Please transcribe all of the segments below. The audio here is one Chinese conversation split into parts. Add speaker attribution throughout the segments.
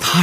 Speaker 1: 他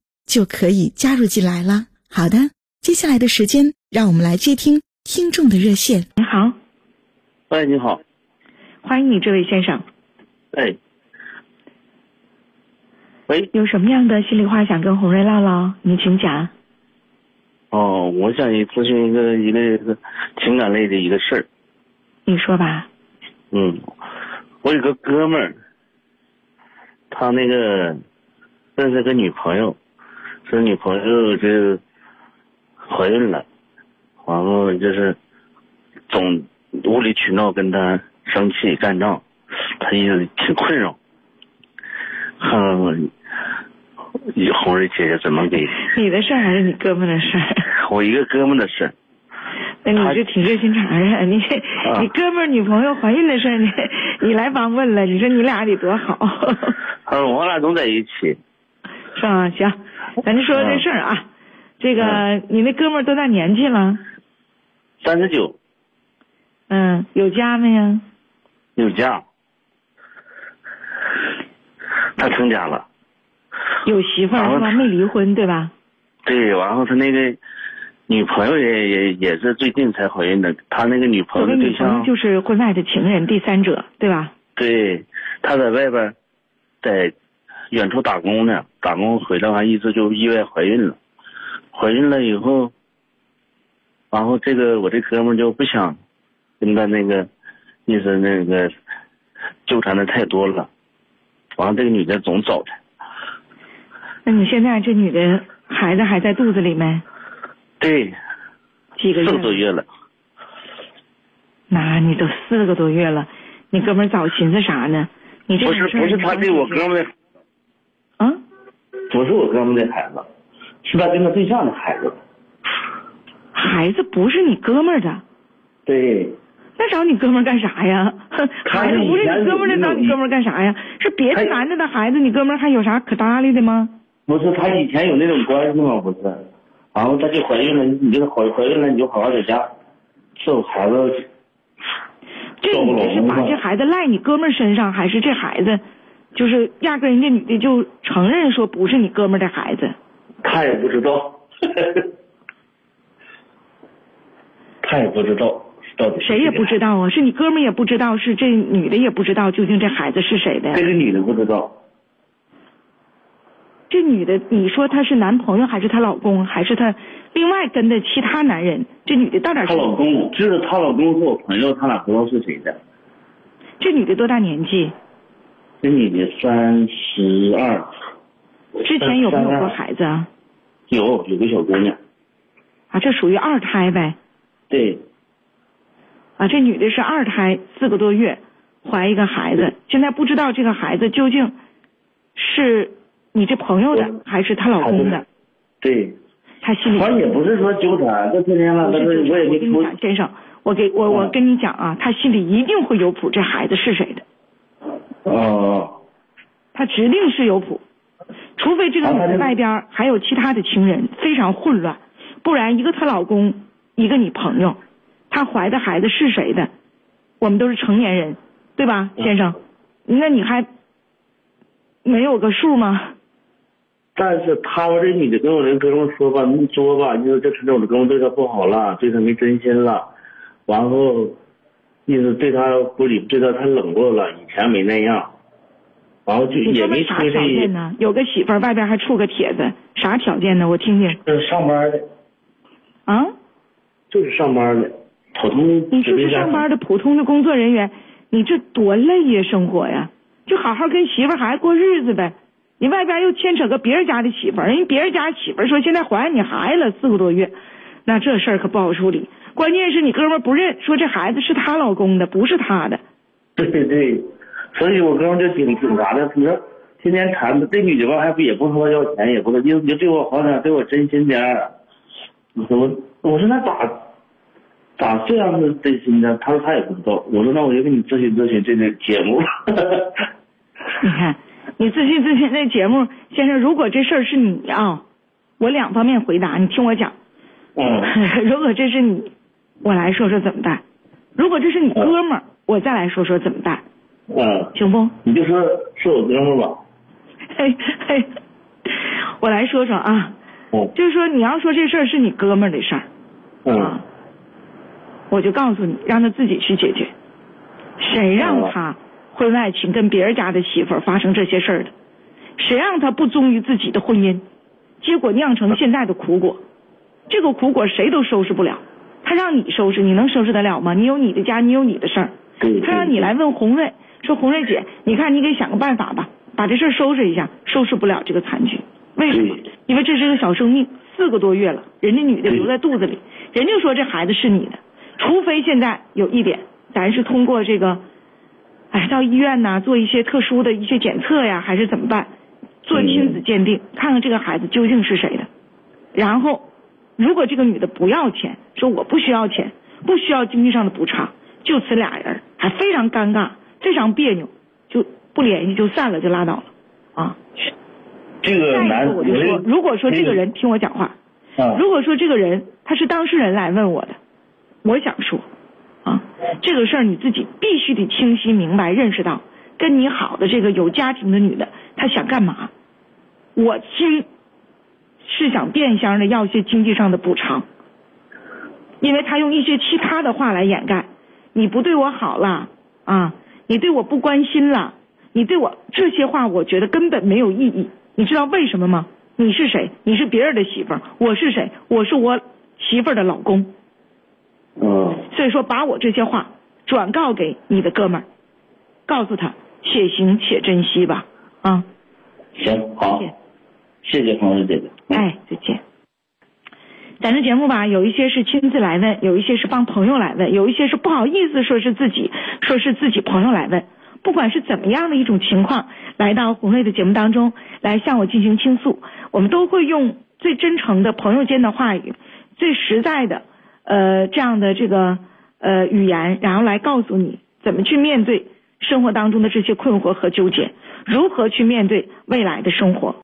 Speaker 2: 就可以加入进来了。好的，接下来的时间，让我们来接听听众的热线。
Speaker 3: 您好，
Speaker 4: 哎，你好，
Speaker 3: 欢迎你，这位先生。
Speaker 4: 哎，喂，
Speaker 3: 有什么样的心里话想跟红瑞唠唠？您请讲。
Speaker 4: 哦，我想咨询一个一个一个情感类的一个事儿。
Speaker 3: 你说吧。
Speaker 4: 嗯，我有个哥们儿，他那个认识个女朋友，这女朋友这怀孕了，完后就是总无理取闹，跟他生气干仗，他也挺困扰。嗯，红瑞姐姐怎么给
Speaker 3: 你的事儿还是你哥们的事儿？
Speaker 4: 我一个哥们儿的事儿？
Speaker 3: 那
Speaker 4: 他
Speaker 3: 你就挺热心肠啊！你这、你哥们儿女朋友怀孕的事儿，你你来帮问了，你说你俩得多好，
Speaker 4: 嗯，我俩总在一起。
Speaker 3: 是吧？行，咱就说说这事儿
Speaker 4: 嗯
Speaker 3: 啊。这个、你那哥们儿多大年纪了？
Speaker 4: 三十九
Speaker 3: 嗯，有家没呀？
Speaker 4: 有家，他成家了。
Speaker 3: 有媳妇儿是吧？
Speaker 4: 啊
Speaker 3: 没离婚对吧？
Speaker 4: 对，完后他那个女朋友也也也是最近才怀孕的，他那个女朋
Speaker 3: 作
Speaker 4: 友
Speaker 3: 为
Speaker 4: 的对
Speaker 3: 女朋友
Speaker 4: 象，
Speaker 3: 就是婚外的情人、第三者对吧？
Speaker 4: 对，他在外边儿在远处打工呢，打工回来完一直就意外怀孕了，怀孕了以后，然后这个我这哥们儿就不想跟他那个意思那个纠缠的太多了，完了这个女的总找他。
Speaker 3: 那你现在这女的孩子还在肚子里没？
Speaker 4: 对，
Speaker 3: 几个
Speaker 4: 四
Speaker 3: 月
Speaker 4: 个多
Speaker 3: 了？
Speaker 4: 月了。
Speaker 3: 那你都四个多月了，你哥们儿早寻思啥呢？你这
Speaker 4: 不是不是他对我哥
Speaker 3: 儿
Speaker 4: 们儿的，
Speaker 3: 啊？
Speaker 4: 不是我哥们儿的孩子，是他跟他对象的孩子。
Speaker 3: 孩子不是你哥们儿的，
Speaker 4: 对，
Speaker 3: 那找你哥们儿干啥呀？ 哼
Speaker 4: 他
Speaker 3: 孩子
Speaker 4: 是
Speaker 3: 不
Speaker 4: 以
Speaker 3: 是
Speaker 4: 前
Speaker 3: 你哥们儿的，
Speaker 4: 有
Speaker 3: 找你哥们儿干啥呀？是别的
Speaker 4: 他
Speaker 3: 男的的孩子，你哥们儿还有啥可搭理的吗？
Speaker 4: 不是他以前有那种关系吗？不是，然后他就怀孕了，你就怀怀孕了，你就好好在家伺候孩子。
Speaker 3: 这你这是把这孩子赖你哥们儿身上，还是这孩子就是压根人家女的就承认说不是你哥们儿的孩子？
Speaker 4: 他也不知道，他也不知道到底是
Speaker 3: 谁也不知
Speaker 4: 道，
Speaker 3: 道啊，是你哥们儿也不知道，是这女的也不知道究竟这孩子是谁的呀
Speaker 4: 这。个女的不知道，
Speaker 3: 这女的，你说她是男朋友还是她老公，还是她另外跟的其他男人？这女的到底
Speaker 4: 她
Speaker 3: 是？
Speaker 4: 老公知道她老公是我朋友，她俩不知道是谁的。
Speaker 3: 这女的多大年纪？
Speaker 4: 这女的三十二，
Speaker 3: 之前有没有
Speaker 4: 32
Speaker 3: 过孩子啊？
Speaker 4: 有有个小姑娘，
Speaker 3: 啊，这属于二胎呗。
Speaker 4: 对
Speaker 3: 啊，这女的是二胎，四个多月怀一个孩子，现在不知道这个孩子究竟是你这朋友的
Speaker 4: 我
Speaker 3: 还是她老公
Speaker 4: 还
Speaker 3: 的
Speaker 4: 是，对，
Speaker 3: 她心里
Speaker 4: 反正也不是说纠缠，这天天了，
Speaker 3: 不
Speaker 4: 但是
Speaker 3: 是
Speaker 4: 我也
Speaker 3: 嗯我
Speaker 4: 没
Speaker 3: 跟你
Speaker 4: 出，
Speaker 3: 讲，先生，我给我我跟你讲啊，她心里一定会有谱，这孩子是谁的，
Speaker 4: 哦，
Speaker 3: 她指定是有谱，除非这个
Speaker 4: 啊
Speaker 3: 女
Speaker 4: 她
Speaker 3: 的
Speaker 4: 这
Speaker 3: 外边儿还有其他的情人，非常混乱，不然一个她老公，一个你朋友，她怀的孩子是谁的，我们都是成年人，对吧，
Speaker 4: 嗯
Speaker 3: 先生？那你还没有个数吗？
Speaker 4: 但是他我这女的跟我这哥们儿说吧，你说吧，就是这次我这哥们儿对她不好了，对她没真心了，完后，意思对她不理，对她太冷落了，以前没那样，然后就
Speaker 3: 你
Speaker 4: 也
Speaker 3: 说
Speaker 4: 没
Speaker 3: 那啥
Speaker 4: 出
Speaker 3: 条件
Speaker 4: 去，
Speaker 3: 呢？有个媳妇儿，外边还处个铁子，啥条件呢？我听听
Speaker 4: 就是上班的，
Speaker 3: 啊！
Speaker 4: 就是上班的，普通
Speaker 3: 你
Speaker 4: 职
Speaker 3: 就是
Speaker 4: 业家
Speaker 3: 上
Speaker 4: 庭
Speaker 3: 班的普通的工作人员，你这多累呀，生活呀！就好好跟媳妇儿孩子过日子呗。你外边又牵扯个别人家的媳妇儿，人家别人家媳妇儿说现在怀你孩子了四个多月，那这事儿可不好处理。关键是你哥们儿不认，说这孩子是她老公的，不是她的。
Speaker 4: 对对对，所以我哥们儿就挺挺啥的，你说天天缠着这女的吧，还不也不说要钱，也不说你你对我好点，对我真心点儿。我说我说那咋咋这样子真心呢？他说他也不知道。我说那我就给你咨询咨询这个节目。
Speaker 3: 你看，你咨询咨询那节目，先生，如果这事儿是你啊，我两方面回答，你听我讲。
Speaker 4: 嗯，
Speaker 3: 如果这是你，我来说说怎么办；如果这是你哥们儿，我再来说说怎么办，
Speaker 4: 嗯，
Speaker 3: 行不？
Speaker 4: 你就说是我哥们儿吧。
Speaker 3: 嘿嘿，我来说说啊，
Speaker 4: 嗯
Speaker 3: 就是说你要说这事儿是你哥们儿的事儿，啊
Speaker 4: 嗯
Speaker 3: 我就告诉你，让他自己去解决。谁让他婚外情跟别人家的媳妇儿发生这些事儿的？谁让他不忠于自己的婚姻，结果酿成现在的苦果？这个苦果谁都收拾不了，他让你收拾，你能收拾得了吗？你有你的家，你有你的事儿。
Speaker 4: 对嗯对
Speaker 3: 他让你来问红瑞，说红瑞姐，你看你给想个办法吧，把这事儿收拾一下，收拾不了这个残局，为什么
Speaker 4: 对？
Speaker 3: 因为这是个小生命，四个多月了，人家女的留在肚子里，人家说这孩子是你的，除非现在有一点，咱是通过这个，哎，到医院呐、做一些特殊的一些检测呀，还是怎么办？做亲子鉴定，看看这个孩子究竟是谁的。然后，如果这个女的不要钱，说我不需要钱，不需要经济上的补偿，就此俩人还非常尴尬，非常别扭，就不联系就散了就拉倒了啊。
Speaker 4: 这个
Speaker 3: 下一
Speaker 4: 男，
Speaker 3: 个呃我就说，
Speaker 4: 这
Speaker 3: 如果说这个人听我讲话，
Speaker 4: 嗯
Speaker 3: 如果说这个人他是当事人来问我的，我想说，啊，这个事儿你自己必须得清晰明白认识到，跟你好的这个有家庭的女的，她想干嘛？我亲是想变相的要一些经济上的补偿，因为她用一些其他的话来掩盖，你不对我好了啊，你对我不关心了，你对我这些话，我觉得根本没有意义。你知道为什么吗？你是谁？你是别人的媳妇儿，我是谁？我是我媳妇儿的老公。
Speaker 4: 嗯
Speaker 3: 所以说，把我这些话转告给你的哥们儿，告诉他且行且珍惜吧。啊，
Speaker 4: 行好，谢谢黄师姐姐。嗯
Speaker 3: 哎，再见。咱这节目吧，有一些是亲自来问，有一些是帮朋友来问，有一些是不好意思说是自己说是自己朋友来问。不管是怎么样的一种情况，来到红瑞的节目当中来向我进行倾诉，我们都会用最真诚的朋友间的话语，最实在的呃这样的这个呃语言，然后来告诉你怎么去面对生活当中的这些困惑和纠结，如何去面对未来的生活。